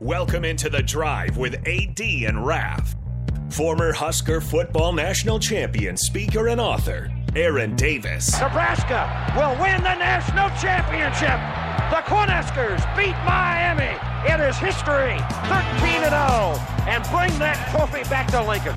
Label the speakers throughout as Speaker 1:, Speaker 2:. Speaker 1: Welcome into the drive with AD and Raf. Former Husker football national champion, speaker, and author, Aaron Davis.
Speaker 2: Nebraska will win the national championship. The Cornhuskers beat Miami. It is history, 13 and 0, and bring that trophy back to Lincoln.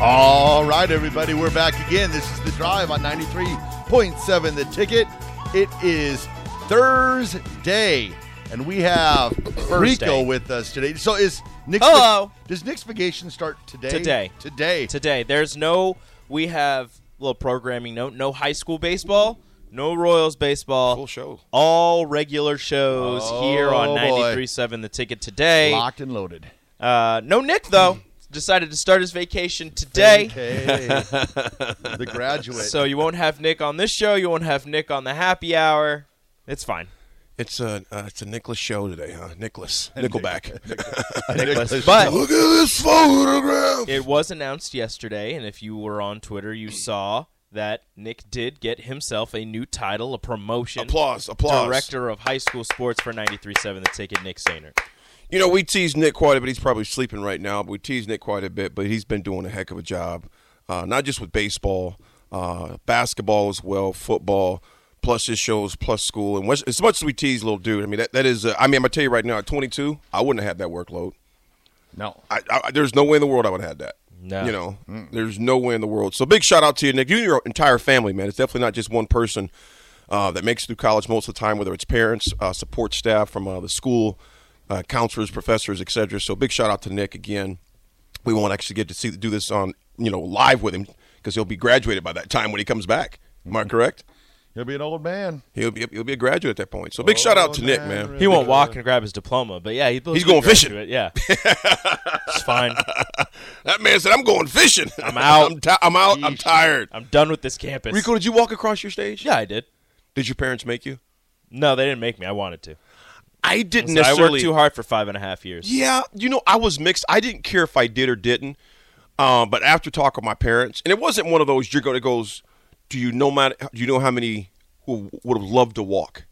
Speaker 3: All right, everybody, we're back again. This is the drive on 93.7 The Ticket. It is Thursday, and we have Rico with us today. So, is Nick's
Speaker 4: Hello.
Speaker 3: does Nick's vacation start today?
Speaker 4: Today.
Speaker 3: Today.
Speaker 4: today. There's no. We have a little programming. No, no high school baseball. No Royals baseball. Full show. All regular shows here on
Speaker 3: Oh, boy.
Speaker 4: 93.7 The Ticket today.
Speaker 3: Locked and loaded.
Speaker 4: Uh, no Nick though. Decided to start his vacation today.
Speaker 3: Okay. the graduate.
Speaker 4: So you won't have Nick on this show. You won't have Nick on the happy hour. It's fine.
Speaker 5: It's a uh, it's a Nicholas show today, huh? Nicholas Nickelback.
Speaker 3: Nicholas.
Speaker 4: But
Speaker 5: Look at this photograph.
Speaker 4: it was announced yesterday, and if you were on Twitter, you saw that Nick did get himself a new title, a promotion.
Speaker 5: Applause, applause.
Speaker 4: Director of High School Sports for 93.7 The Ticket, Nick Sainer.
Speaker 5: You know, we tease Nick quite a bit. He's probably sleeping right now, but we tease Nick quite a bit. But he's been doing a heck of a job, uh, not just with baseball, uh, basketball as well, football, plus his shows, plus school. And much, as much as we tease little dude, I mean, that, that is, uh, I mean, I'm going to tell you right now, at 22, I wouldn't have had that workload.
Speaker 3: no.
Speaker 5: I, I, there's no way in the world I would have had that.
Speaker 4: No.
Speaker 5: You know, there's no way in the world. So big shout out to you, Nick. You and your entire family, man. It's definitely not just one person uh, that makes it through college most of the time, whether it's parents, uh, support staff from uh, the school, uh, counselors, professors, etc. So big shout out to Nick again. We won't actually get to see do this on you know live with him because he'll be graduated by that time when he comes back. Am I correct?
Speaker 3: He'll be an old man.
Speaker 5: He'll be he'll be a graduate at that point. So big shout out to Nick, Oh, man.
Speaker 4: He won't walk and grab his diploma, but yeah, he,
Speaker 5: He's going fishing.
Speaker 4: graduate, Yeah, it's fine.
Speaker 5: That man said, "I'm going fishing.
Speaker 4: I'm out.
Speaker 5: I'm, ti- I'm out. I'm tired."
Speaker 4: I'm done with this campus.
Speaker 5: Rico, did you walk across your stage?
Speaker 4: Yeah, I did.
Speaker 5: Did your parents make you?
Speaker 4: No, they didn't make me. I wanted to.
Speaker 5: I didn't
Speaker 4: So I worked too hard for five and a half years.
Speaker 5: Yeah, you know, I was mixed. I didn't care if I did or didn't. Um, but after talk with my parents, and it wasn't one of those you're going to goes, do you know my, do you know how many who would have loved to walk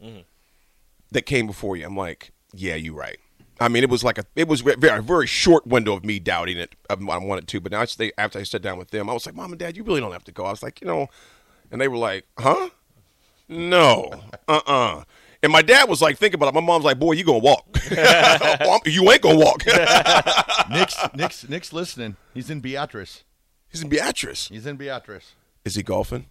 Speaker 5: that came before you? I'm like, yeah, you're right. I mean, it was like a it was a very very short window of me doubting it. I I wanted to, but now I stay, after I sat down with them, I was like, Mom and Dad, you really don't have to go. I was like, you know, and they were like, huh? No, uh uh And my dad was like, think about it. My mom's like, boy, you gonna walk? "Oh, I'm- you ain't gonna walk.
Speaker 3: Nick's Nick's Nick's listening. He's in Beatrice.
Speaker 5: He's in Beatrice.
Speaker 3: He's in Beatrice.
Speaker 5: Is he golfing?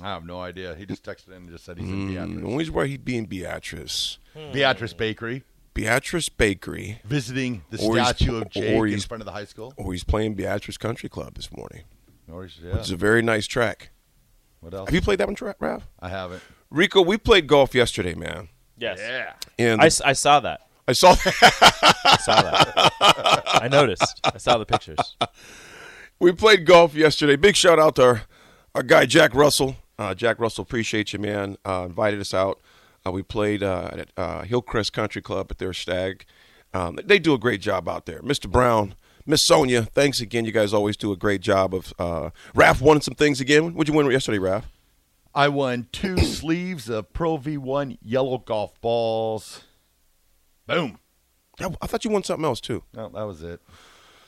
Speaker 3: I have no idea. He just texted in and just said he's in
Speaker 5: The
Speaker 4: Mm.
Speaker 3: Beatrice.
Speaker 5: only reason why he'd be in Beatrice,
Speaker 3: Beatrice Bakery
Speaker 5: Beatrice Bakery,
Speaker 3: visiting the
Speaker 5: Or he's-
Speaker 3: statue of
Speaker 5: or
Speaker 3: Jake in
Speaker 5: he's-
Speaker 3: front of the high school.
Speaker 5: or he's playing Beatrice Country Club this morning.
Speaker 3: Or he's- yeah.
Speaker 5: It's a very nice track.
Speaker 3: What else?
Speaker 5: Have you played that one, Tra- Rav?
Speaker 3: I haven't.
Speaker 5: Rico, we played golf yesterday, man.
Speaker 4: Yes,
Speaker 5: And
Speaker 4: I, s- I saw that.
Speaker 5: I saw that.
Speaker 4: I saw that. I noticed. I saw the pictures.
Speaker 5: we played golf yesterday. Big shout out to our, our guy Jack Russell. Uh, Jack Russell, appreciate you, man. Uh, invited us out. Uh, we played uh, at uh, Hillcrest Country Club at their stag. Um, they do a great job out there. Mr. Brown, Miss Sonia, thanks again. You guys always do a great job of. Uh, Raph won some things again. What'd you win yesterday, Raph?
Speaker 3: I won two sleeves of Pro V1 yellow golf balls. Boom.
Speaker 5: I, I thought you won something else too.
Speaker 3: Oh, that was it.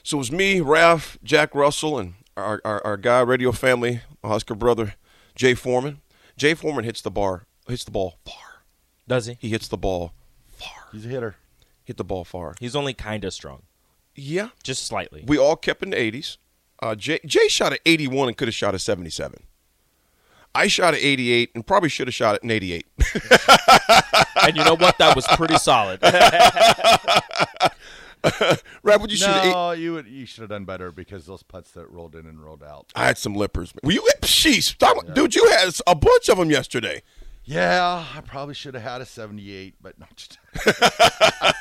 Speaker 5: So it was me, Raph, Jack Russell, and our, our, our guy, radio family, Oscar brother, Jay Foreman. Jay Foreman hits the bar, hits the ball far.
Speaker 4: Does he?
Speaker 5: He hits the ball far.
Speaker 3: He's a hitter.
Speaker 5: Hit the ball far.
Speaker 4: He's only kind of strong,
Speaker 5: Yeah.
Speaker 4: just slightly.
Speaker 5: We all kept in the 80s. Uh, Jay, Jay shot at 81 and could have shot at 77. I shot at 88 and probably should have shot at an 88.
Speaker 4: and you know what? That was pretty solid.
Speaker 5: Raph, would you shoot at eight-
Speaker 3: no, you would, you should have done better because those putts that rolled in and rolled out.
Speaker 5: I had some lippers. Were you, jeez, stop- dude, you had a bunch of them yesterday.
Speaker 3: Yeah, I probably should have had a 78, but not.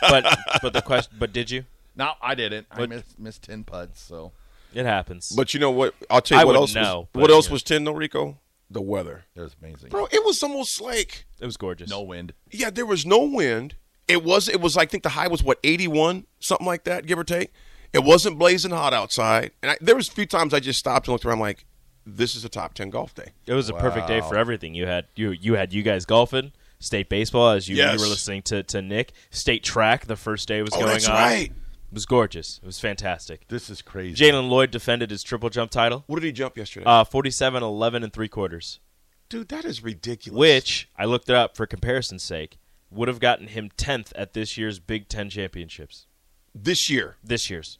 Speaker 4: but but the question. But did you?
Speaker 3: No, I didn't. I
Speaker 4: But-
Speaker 3: missed, missed ten putts. So
Speaker 4: It happens.
Speaker 5: But you know what? I'll tell you
Speaker 4: I
Speaker 5: what
Speaker 4: wouldn't
Speaker 5: else.
Speaker 4: know,
Speaker 5: was,
Speaker 4: but
Speaker 5: what else
Speaker 4: yeah.
Speaker 5: was ten though, Rico? The weather,
Speaker 3: it was amazing.
Speaker 5: bro. It was almost like
Speaker 4: it was gorgeous.
Speaker 3: No wind.
Speaker 5: yeah, there was no wind. It was. It was. I think the high was what eighty one, something like that, give or take. It wasn't blazing hot outside, and I, there was a few times I just stopped and looked around, like, this is a top ten golf day.
Speaker 4: It was a perfect day for everything. You had you you had you guys golfing, state baseball as you, you
Speaker 5: Yes.
Speaker 4: were listening to, to Nick, state track the first day was
Speaker 5: Oh,
Speaker 4: going
Speaker 5: that's
Speaker 4: on.
Speaker 5: right.
Speaker 4: It was gorgeous. It was fantastic.
Speaker 3: This is crazy.
Speaker 4: Jalen Lloyd defended his triple jump title,
Speaker 5: What did he jump yesterday,
Speaker 4: uh, 47, 11, and three quarters,
Speaker 5: dude? That is ridiculous.
Speaker 4: which I looked it up for comparison's sake would have gotten him tenth at this year's Big Ten championships.
Speaker 5: this year,
Speaker 4: This year's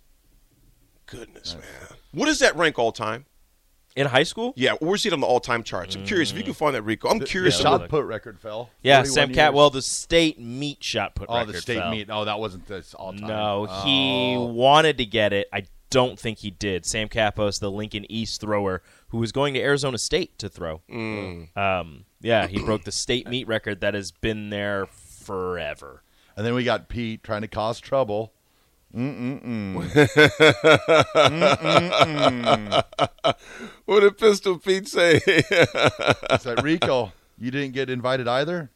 Speaker 5: goodness, man, what does that rank all time?
Speaker 4: in high school.
Speaker 5: Yeah, where's it on the all time charts? I'm curious if you can
Speaker 4: Mm.
Speaker 5: find that, Rico. I'm
Speaker 3: Your
Speaker 5: curious. about
Speaker 3: shot put record fell.
Speaker 4: Yeah,
Speaker 3: 41
Speaker 4: Sam
Speaker 3: years.
Speaker 4: Catwell, the state meet shot put
Speaker 3: Oh,
Speaker 4: record.
Speaker 3: the state
Speaker 4: fell.
Speaker 3: meet. Oh, that wasn't this all time.
Speaker 4: No,
Speaker 3: Oh.
Speaker 4: he wanted to get it. I don't think he did. Sam Capos, the Lincoln East thrower, who was going to Arizona State to throw.
Speaker 3: Mm.
Speaker 4: Um, yeah, he broke the state meet record that has been there forever.
Speaker 3: And then we got Pete trying to cause trouble.
Speaker 5: What did Pistol Pete say?
Speaker 3: It's like Rico, you didn't get invited either.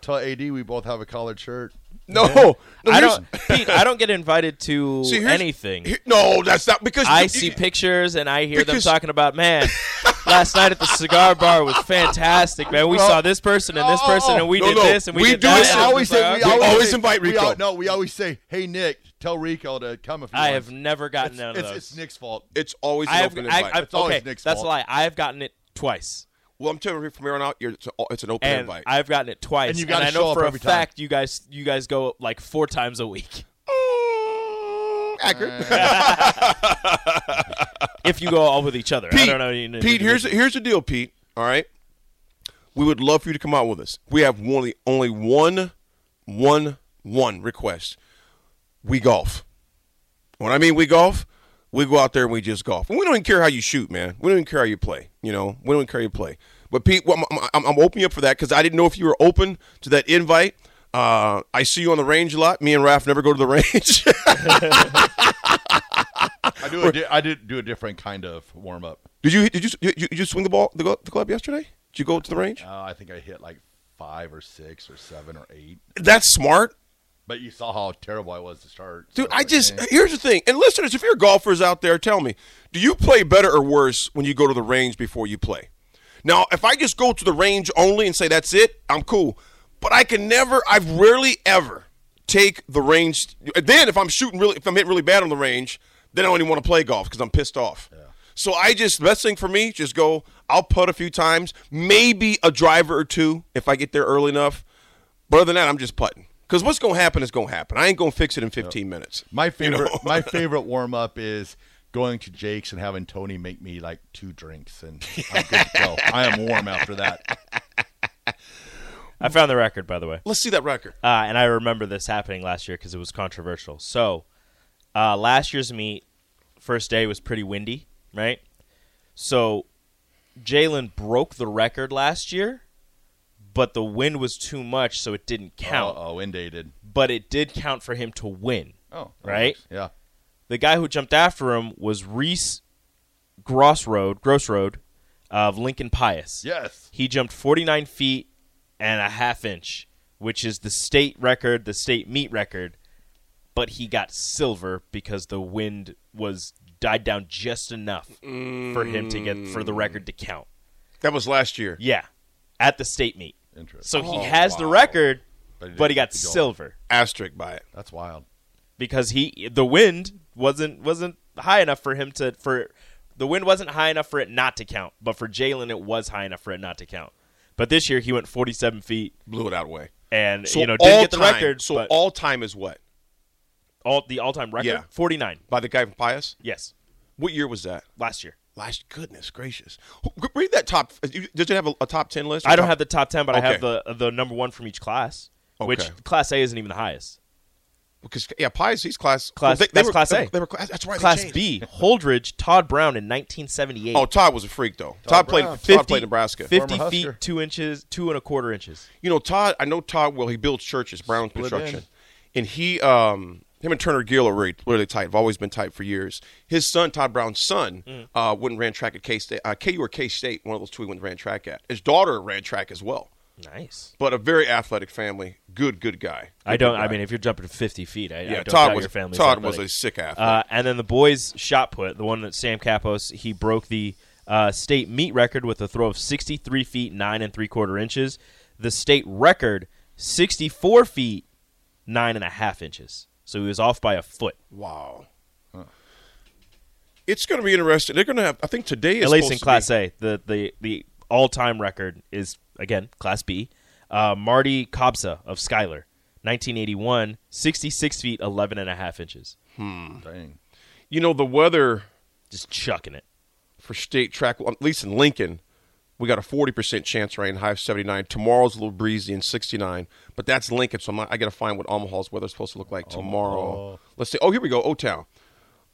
Speaker 3: Tell AD we both have a collared shirt.
Speaker 5: no, no
Speaker 4: I
Speaker 5: here's-
Speaker 4: don't, Pete. I don't get invited to
Speaker 5: see, here's-
Speaker 4: anything.
Speaker 5: here- no, that's not because
Speaker 4: I
Speaker 5: you-
Speaker 4: see
Speaker 5: you-
Speaker 4: pictures and I hear
Speaker 5: Because-
Speaker 4: them talking about man. last night at the cigar bar was fantastic, man. We saw this person and this person and we
Speaker 5: No,
Speaker 4: did
Speaker 5: no.
Speaker 4: this and we,
Speaker 5: We
Speaker 4: did
Speaker 5: do
Speaker 4: that.
Speaker 5: this-
Speaker 4: and
Speaker 3: I
Speaker 4: I'm
Speaker 3: always
Speaker 4: just
Speaker 3: say
Speaker 4: like,
Speaker 3: we
Speaker 4: okay.
Speaker 3: always,
Speaker 5: always
Speaker 3: say-
Speaker 5: invite
Speaker 3: we
Speaker 5: Rico.
Speaker 3: al- no, we always say, "Hey Nick, tell Rico to come if he
Speaker 4: I
Speaker 3: wants."
Speaker 4: have never gotten none of
Speaker 3: it's,
Speaker 4: those.
Speaker 3: it's Nick's fault.
Speaker 5: It's always an
Speaker 4: I have,
Speaker 5: open
Speaker 4: I,
Speaker 5: invite.
Speaker 4: I,
Speaker 3: It's always
Speaker 4: okay,
Speaker 3: Nick's
Speaker 4: that's
Speaker 3: fault.
Speaker 4: a lie. I've gotten it twice,
Speaker 5: well, I'm telling you from here on out, you're, it's, a- it's an open
Speaker 4: and
Speaker 5: invite.
Speaker 4: I've gotten it twice,
Speaker 3: And you gotta
Speaker 4: I
Speaker 3: show
Speaker 4: know
Speaker 3: up
Speaker 4: for a
Speaker 3: every time.
Speaker 4: fact you guys you guys go like four times a week
Speaker 5: Accurate.
Speaker 4: Uh, if you go all with each other. I
Speaker 5: Pete,
Speaker 4: don't know. You,
Speaker 5: Pete here's the, here's the deal, Pete. All right, we would love for you to come out with us. We have one, only one, one, one request. We golf. When I mean we golf, we go out there and we just golf. And we don't even care how you shoot, man. We don't even care how you play. You know, we don't even care how you play. But Pete, well, I'm, I'm, I'm opening you up for that because I didn't know if you were open to that invite. Uh, I see you on the range a lot. Me and Raph never go to the range.
Speaker 3: I do. A di- I did do a different kind of warm up.
Speaker 5: did you did you did you, did you swing the ball the, gl- the club yesterday? Did you go to the range?
Speaker 3: Uh, I think I hit like five or six or seven or eight.
Speaker 5: That's smart.
Speaker 3: But you saw how terrible I was to start.
Speaker 5: Dude,
Speaker 3: so,
Speaker 5: I
Speaker 3: like,
Speaker 5: just
Speaker 3: eh.
Speaker 5: here's the thing, and listeners, if you're golfers out there, tell me, do you play better or worse when you go to the range before you play? Now, if I just go to the range only and say that's it, I'm cool. But I can never, I've rarely ever take the range. Then, if I'm shooting really, if I'm hitting really bad on the range, then I don't even want to play golf because I'm pissed off. So I just best thing for me, just go. I'll putt a few times, maybe a driver or two if I get there early enough. But other than that, I'm just putting. Because what's going to happen is going to happen. I ain't going to fix it in 15 minutes.
Speaker 3: My
Speaker 5: You know?
Speaker 3: favorite, my favorite warm up is going to Jake's and having Tony make me like two drinks, and I'm good to go. I am warm after that.
Speaker 4: I found the record by the way,
Speaker 5: Let's see that record.
Speaker 4: uh, and I remember this happening last year because it was controversial. So, uh, last year's meet, first day was pretty windy, right? So, Jalen broke the record last year, but the wind was too much, so it didn't count.
Speaker 3: Oh, indated.
Speaker 4: But it did count for him to win.
Speaker 3: Oh, that
Speaker 4: Right?
Speaker 3: works. Yeah.
Speaker 4: the guy who jumped after him was Reese Grossroad, Grossroad of Lincoln Pius.
Speaker 3: Yes.
Speaker 4: He jumped 49 feet and a half inch, which is the state record, the state meet record, but he got silver because the wind was died down just enough for him to get for the record to count.
Speaker 5: That was last year.
Speaker 4: Yeah, at the state meet.
Speaker 3: Interesting.
Speaker 4: So he has the record,
Speaker 3: Oh, But he
Speaker 4: but he
Speaker 3: didn't
Speaker 4: got
Speaker 3: get the gold.
Speaker 4: silver
Speaker 5: Asterisk by it.
Speaker 3: That's wild.
Speaker 4: because he the wind wasn't wasn't high enough for him to for the wind wasn't high enough for it not to count, but for Jalen it was high enough for it not to count. But this year he went 47 feet
Speaker 5: Blew it out way.
Speaker 4: and you know didn't get the
Speaker 5: time,
Speaker 4: record.
Speaker 5: So
Speaker 4: but all,
Speaker 5: all time is what?
Speaker 4: the all-time record
Speaker 5: Yeah.
Speaker 4: 49.
Speaker 5: By the guy from Pius?
Speaker 4: Yes,
Speaker 5: What year was that?
Speaker 4: last year.
Speaker 5: Last, goodness gracious. Who- Read that top. uh, you- Did you have a, a top 10 list? or
Speaker 4: I don't
Speaker 5: top-
Speaker 4: have the top 10, but I have
Speaker 5: Okay.
Speaker 4: the the number 1 from each class,
Speaker 5: Okay.
Speaker 4: which class A isn't even the highest.
Speaker 5: Because, yeah, Pius, he's class.
Speaker 4: Class- that's
Speaker 5: were,
Speaker 4: class
Speaker 5: they,
Speaker 4: A.
Speaker 5: They were class, that's right. they
Speaker 4: Class
Speaker 5: changed.
Speaker 4: B, Holdridge, Todd Brown in 1978.
Speaker 5: Oh, Todd was a freak, though. Todd, played, Todd played Nebraska.
Speaker 4: 50
Speaker 3: Former
Speaker 4: feet,
Speaker 3: Husker.
Speaker 4: 2 inches, 2 and a quarter inches.
Speaker 5: you know todd i know todd well he builds churches brown construction
Speaker 3: in.
Speaker 5: and he um him and Turner Gill are really, really tight. Have always been tight for years. His son, Todd Brown's son,
Speaker 4: Mm.
Speaker 5: uh, went and ran track at K State, uh, KU or K State. One of those two he went and ran track at. His daughter ran track as well.
Speaker 4: Nice.
Speaker 5: But a very athletic family. Good, good guy.
Speaker 4: I
Speaker 5: Good,
Speaker 4: don't.
Speaker 5: good
Speaker 4: I
Speaker 5: guy.
Speaker 4: mean, if you're jumping 50 feet, I, I
Speaker 5: yeah,
Speaker 4: don't
Speaker 5: Todd
Speaker 4: doubt
Speaker 5: was
Speaker 4: your family's
Speaker 5: Todd was a
Speaker 4: athletic.
Speaker 5: sick athlete.
Speaker 4: Uh, and then the boys' shot put, the one that Sam Capos he broke the uh, state meet record with a throw of 63 feet nine and three quarter inches. The state record 64 feet nine and a half inches. So he was off by a foot.
Speaker 5: wow. It's going to be interesting. They're going to have. I think today is
Speaker 4: At least
Speaker 5: supposed
Speaker 4: in
Speaker 5: to
Speaker 4: Class
Speaker 5: be-
Speaker 4: A, the the the all time record is again Class B. Uh, Marty Cobsa of Schuyler, 1981, 66 feet 11 and a half inches,
Speaker 3: Dang.
Speaker 5: You know the weather
Speaker 4: just chucking it.
Speaker 5: for state track, at least in Lincoln, we got a 40% chance rain, high of 79. Tomorrow's a little breezy and 69, but that's Lincoln, so I'm not, I got to find what Omaha's weather's supposed to look like tomorrow. Let's see. Oh, here we go. O Town.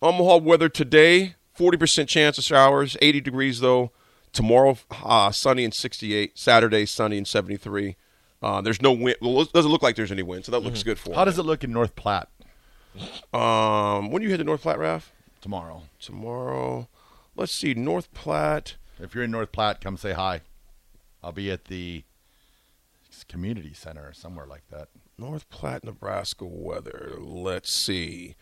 Speaker 5: Omaha weather today 40% chance of showers, 80 degrees though. Tomorrow, uh, sunny and 68. Saturday, sunny and 73. Uh, there's no wind. Well, it doesn't look like there's any wind, so that looks good for
Speaker 3: How
Speaker 5: me.
Speaker 3: does it look in North Platte
Speaker 5: um, when do you head to North Platte, Raph?
Speaker 3: tomorrow?
Speaker 5: Tomorrow. Let's see. North Platte.
Speaker 3: If you're in North Platte, come say hi. I'll be at the community center or somewhere like that.
Speaker 5: North Platte, Nebraska weather. Let's see.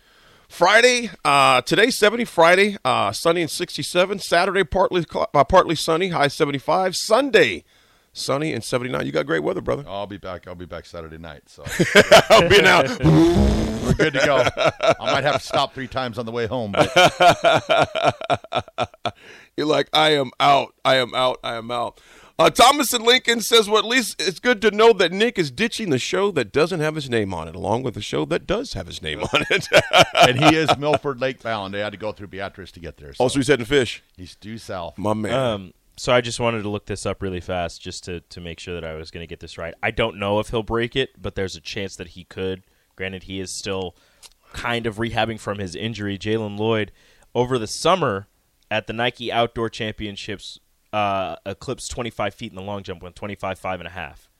Speaker 5: Friday, uh, today 70. Friday, uh, sunny and 67. Saturday, partly cl- uh, partly sunny, high 75. Sunday, sunny and 79. You got great weather, brother.
Speaker 4: Oh.
Speaker 3: I'll be back. I'll be back Saturday night, so
Speaker 5: I'll be now.
Speaker 3: we're good to go. I might have to stop three times on the way home, but
Speaker 5: You're like, I am out. I am out. I am out. Uh, Thomas and Lincoln says, well, at least it's good to know that Nick is ditching the show that doesn't have his name on it, along with the show that does have his name on it.
Speaker 3: and he is Milford Lake bound. They had to go through Beatrice to get there.
Speaker 4: Oh,
Speaker 3: So
Speaker 5: also, he's heading fish.
Speaker 3: he's due south.
Speaker 5: My man.
Speaker 4: Um, so I just wanted to look this up really fast just to, to make sure that I was going to get this right. I don't know if he'll break it, but there's a chance that he could. Granted, he is still kind of rehabbing from his injury. Jalen Lloyd, over the summer at the Nike Outdoor Championships, uh, eclipsed 25 feet in the long jump, went 25, 5 and a half.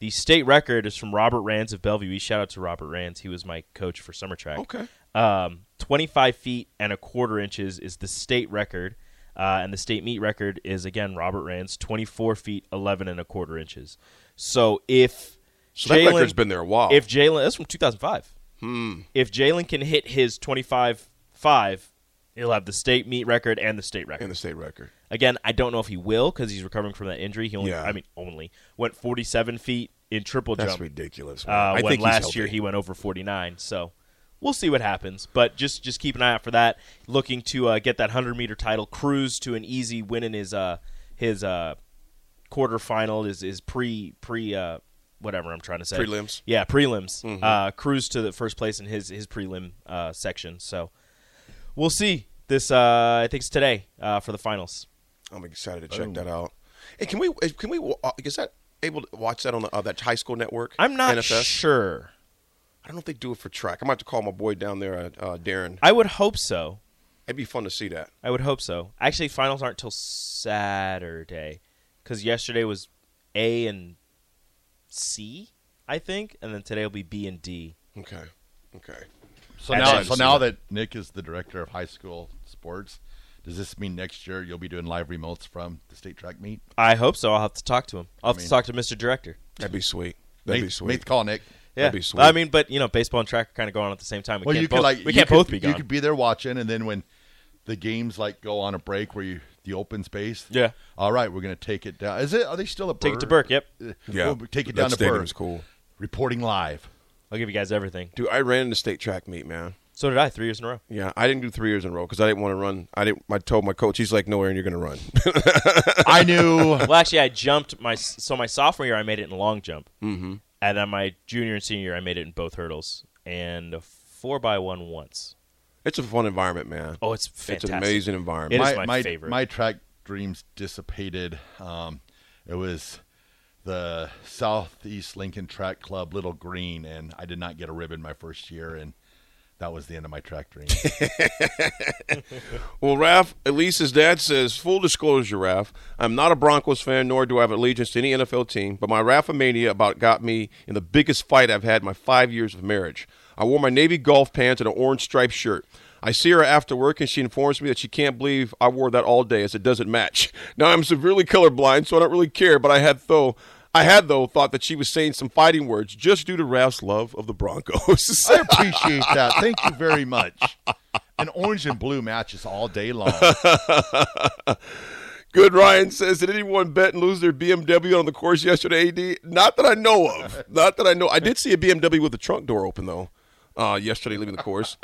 Speaker 4: The state record is from Robert Rands of Bellevue. Shout out to Robert Rands. He was my coach for summer track.
Speaker 5: Okay.
Speaker 4: Um, 25 feet and a quarter inches is the state record. Uh, and the state meet record is, again, Robert Rands, 24 feet, 11 and a quarter inches. So if.
Speaker 5: So that
Speaker 4: Jalen-
Speaker 5: record's been there a while. Hmm.
Speaker 4: If Jalen. That's from 2005. If Jalen can hit his 25 5, he'll have the state meet record and the state record.
Speaker 5: and the state record.
Speaker 4: Again, I don't know if he will because he's recovering from that injury. He only,
Speaker 5: Yeah.
Speaker 4: I mean, only went 47 feet in triple
Speaker 5: That's
Speaker 4: jump.
Speaker 5: ridiculous. man.
Speaker 4: Uh,
Speaker 5: I
Speaker 4: when
Speaker 5: think he's
Speaker 4: last year
Speaker 5: healthy.
Speaker 4: he went over 49, so we'll see what happens. But just just keep an eye out for that. Looking to uh, get that 100 meter title, cruise to an easy win in his uh his uh quarterfinal is is pre pre uh whatever I'm trying to say
Speaker 5: Prelims. Mm-hmm.
Speaker 4: Yeah, prelims. Uh, cruise to the first place in his his prelim uh, section. So we'll see this. Uh, I think it's today uh, for the finals.
Speaker 5: I'm excited to check that out. Hey, can we? eh, Can we? wa- uh, Is that able to watch that on the, uh, that high school network?
Speaker 4: I'm not
Speaker 5: NFS?
Speaker 4: sure.
Speaker 5: I don't know if they do it for track. I'm gonna have to call my boy down there, uh, uh, Darren.
Speaker 4: I would hope so.
Speaker 5: It'd be fun to see that.
Speaker 4: I would hope so. Actually, finals aren't till Saturday because yesterday was A and C, I think, and then today will be B and D.
Speaker 5: Okay. Okay.
Speaker 3: So
Speaker 4: I'd
Speaker 3: now,
Speaker 4: like to
Speaker 3: so
Speaker 4: see
Speaker 3: now that Nick is the director of high school sports, does this mean next year you'll be doing live remotes from the state track meet?
Speaker 4: I hope so. I'll have to talk to him. I'll have
Speaker 3: mean-
Speaker 4: to talk to Mr. Director.
Speaker 5: That'd be sweet.
Speaker 3: make,
Speaker 5: That'd be
Speaker 3: Make the
Speaker 5: sweet.
Speaker 3: call, Nick.
Speaker 4: Yeah,
Speaker 5: That'd be sweet.
Speaker 4: I mean, but you know, baseball and track are kind of going on at the same time. We
Speaker 3: well,
Speaker 4: can't
Speaker 3: you
Speaker 4: both,
Speaker 3: could like
Speaker 4: we
Speaker 3: you
Speaker 4: can't
Speaker 3: could-
Speaker 4: both be gone.
Speaker 3: You could be there watching, and then when the games like go on a break where you the open space.
Speaker 4: Yeah.
Speaker 3: All right, we're gonna take it down. Is it? Are they still at Burke?
Speaker 4: Take it to Burke. Yep,
Speaker 3: Uh,
Speaker 5: Yeah,
Speaker 3: we'll take it
Speaker 5: that
Speaker 3: down to
Speaker 5: stadium
Speaker 3: Burke.
Speaker 5: is cool.
Speaker 3: Reporting live.
Speaker 4: I'll give you guys everything.
Speaker 5: Dude, I ran in the state track meet, man.
Speaker 4: So did I three years in a row.
Speaker 5: Yeah, I didn't do three years in a row because I didn't want to run. I didn't. I told my coach, he's like, "No, Aaron, you're gonna run."
Speaker 3: I knew.
Speaker 4: Well, actually, I jumped my so my sophomore year I made it in long jump, mm-hmm. and then my junior and senior year I made it in both hurdles and a four by one once.
Speaker 5: it's a fun environment, man.
Speaker 4: Oh, it's fantastic.
Speaker 5: It's an amazing
Speaker 4: It
Speaker 5: environment.
Speaker 4: is
Speaker 3: my,
Speaker 4: my
Speaker 3: my
Speaker 4: favorite.
Speaker 3: my track dreams dissipated. Um, it was the Southeast Lincoln Track Club Little Green, and I did not get a ribbon my first year, and that was the end of my track dream.
Speaker 5: Well, Raf, Elise's dad says, full disclosure, Raf, I'm not a Broncos fan, nor do I have allegiance to any NFL team, but my Rafa mania about got me in the biggest fight I've had in my five years of marriage. I wore my navy golf pants and an orange striped shirt. I see her after work and she informs me that she can't believe I wore that all day as it doesn't match. Now I'm severely colorblind, so I don't really care, but I had though I had though thought that she was saying some fighting words just due to Ralph's love of the Broncos.
Speaker 3: I appreciate that. Thank you very much. An orange and blue matches all day long.
Speaker 5: Good Ryan says, did anyone bet and lose their BMW on the course yesterday, AD? Not that I know of. Not that I know. I did see a BMW with the trunk door open, though, uh, yesterday leaving the course.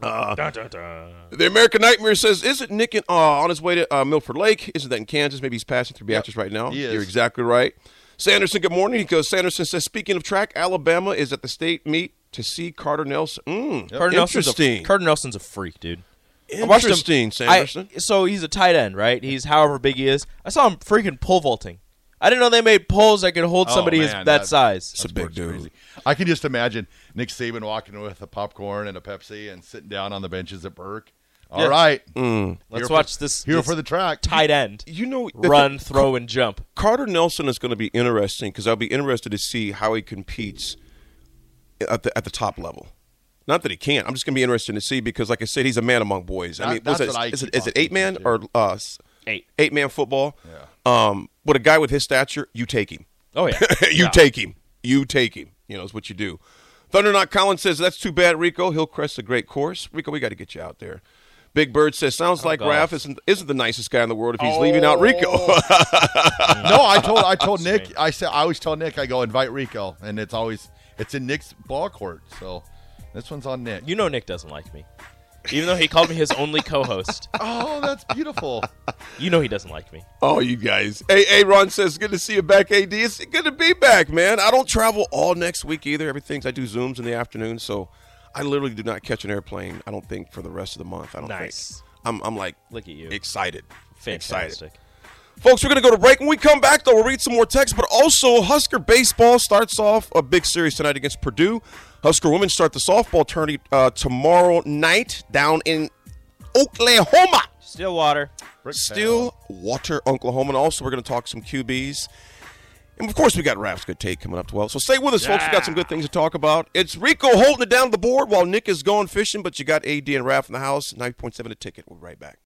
Speaker 5: The American Nightmare says, "Isn't Nick in, uh, on his way to uh, Milford Lake? Isn't that in Kansas? Maybe he's passing through Beatrice right now.
Speaker 3: he is.
Speaker 5: You're exactly right." Sanderson, good morning. He goes. Sanderson says, "Speaking of track, Alabama is at the state meet to see Carter Nelson. Mm,
Speaker 4: Carter Nelson's
Speaker 5: interesting.
Speaker 4: A, Carter Nelson's a freak, dude. I watched
Speaker 5: interesting,
Speaker 4: him,
Speaker 5: Sanderson.
Speaker 4: I- so he's a tight end, right? He's however big he is. I saw him freaking pole vaulting. I didn't know they made poles that could hold
Speaker 3: Oh,
Speaker 4: somebody his-
Speaker 3: man,
Speaker 4: that,
Speaker 3: that-
Speaker 4: size.
Speaker 5: it's a big dude.
Speaker 3: Crazy. I can just imagine Nick Saban walking with a popcorn and a Pepsi and sitting down on the benches at Burke. All
Speaker 4: Yeah. Mm.
Speaker 3: right,
Speaker 4: Let's
Speaker 3: Here for-
Speaker 4: watch this.
Speaker 3: here
Speaker 4: this
Speaker 3: for the track.
Speaker 4: tight end.
Speaker 5: You know, the
Speaker 4: run,
Speaker 5: thing-
Speaker 4: throw, and jump.
Speaker 5: Carter Nelson is going to be interesting because I'll be interested to see how he competes at the at the top level. Not that he can't. I'm just going to be interested to see because, like I said, he's a man among boys. I
Speaker 3: That-
Speaker 5: mean, what's
Speaker 3: that's
Speaker 5: that?
Speaker 3: what I
Speaker 5: Is it
Speaker 3: keep
Speaker 5: is it
Speaker 3: on
Speaker 5: eight man
Speaker 3: thinking,
Speaker 5: or uh, s-
Speaker 4: Eight.
Speaker 5: eight man football? Yeah. Um, but a guy with his stature, you take him.
Speaker 4: Oh yeah.
Speaker 5: you take him. You take him. You know, it's what you do. Thunderknock Collins says, That's too bad, Rico. Hillcrest's a great course. Rico, we got to get you out there. Big Bird says, Sounds like
Speaker 4: God.
Speaker 5: Raph isn't, isn't the nicest guy in the world if he's
Speaker 3: Oh.
Speaker 5: leaving out Rico.
Speaker 3: no, I told I told Nick. I said I always tell Nick I go invite Rico, and it's always it's in Nick's ball court. So this one's on Nick.
Speaker 4: You know Nick doesn't like me, even though he called me his only co-host.
Speaker 3: oh, that's beautiful.
Speaker 4: You know he doesn't like me.
Speaker 5: Oh, you guys. Hey, hey, Ron says, good to see you back, AD. It's good to be back, man. I don't travel all next week either. Everything's, I do Zooms in the afternoon, so I literally do not catch an airplane, I don't think, for the rest of the month. I don't
Speaker 4: Nice.
Speaker 5: think. I'm, I'm like,
Speaker 4: Look at you.
Speaker 5: Excited.
Speaker 4: Fantastic.
Speaker 5: Excited. Folks, we're going to go to break. When we come back, though, we'll read some more text, but also Husker baseball starts off a big series tonight against Purdue. Husker women start the softball tourney uh, tomorrow night down in Oklahoma.
Speaker 4: Stillwater.
Speaker 5: Still Water, Oklahoma. And also, we're going to talk some QBs. And of course, we got Raph's good take coming up 12. So stay with us, folks. We got some good things to talk about. It's Rico holding it down the board while Nick is going fishing, but you got AD and Raph in the house. 9.7 a ticket. We'll be right back.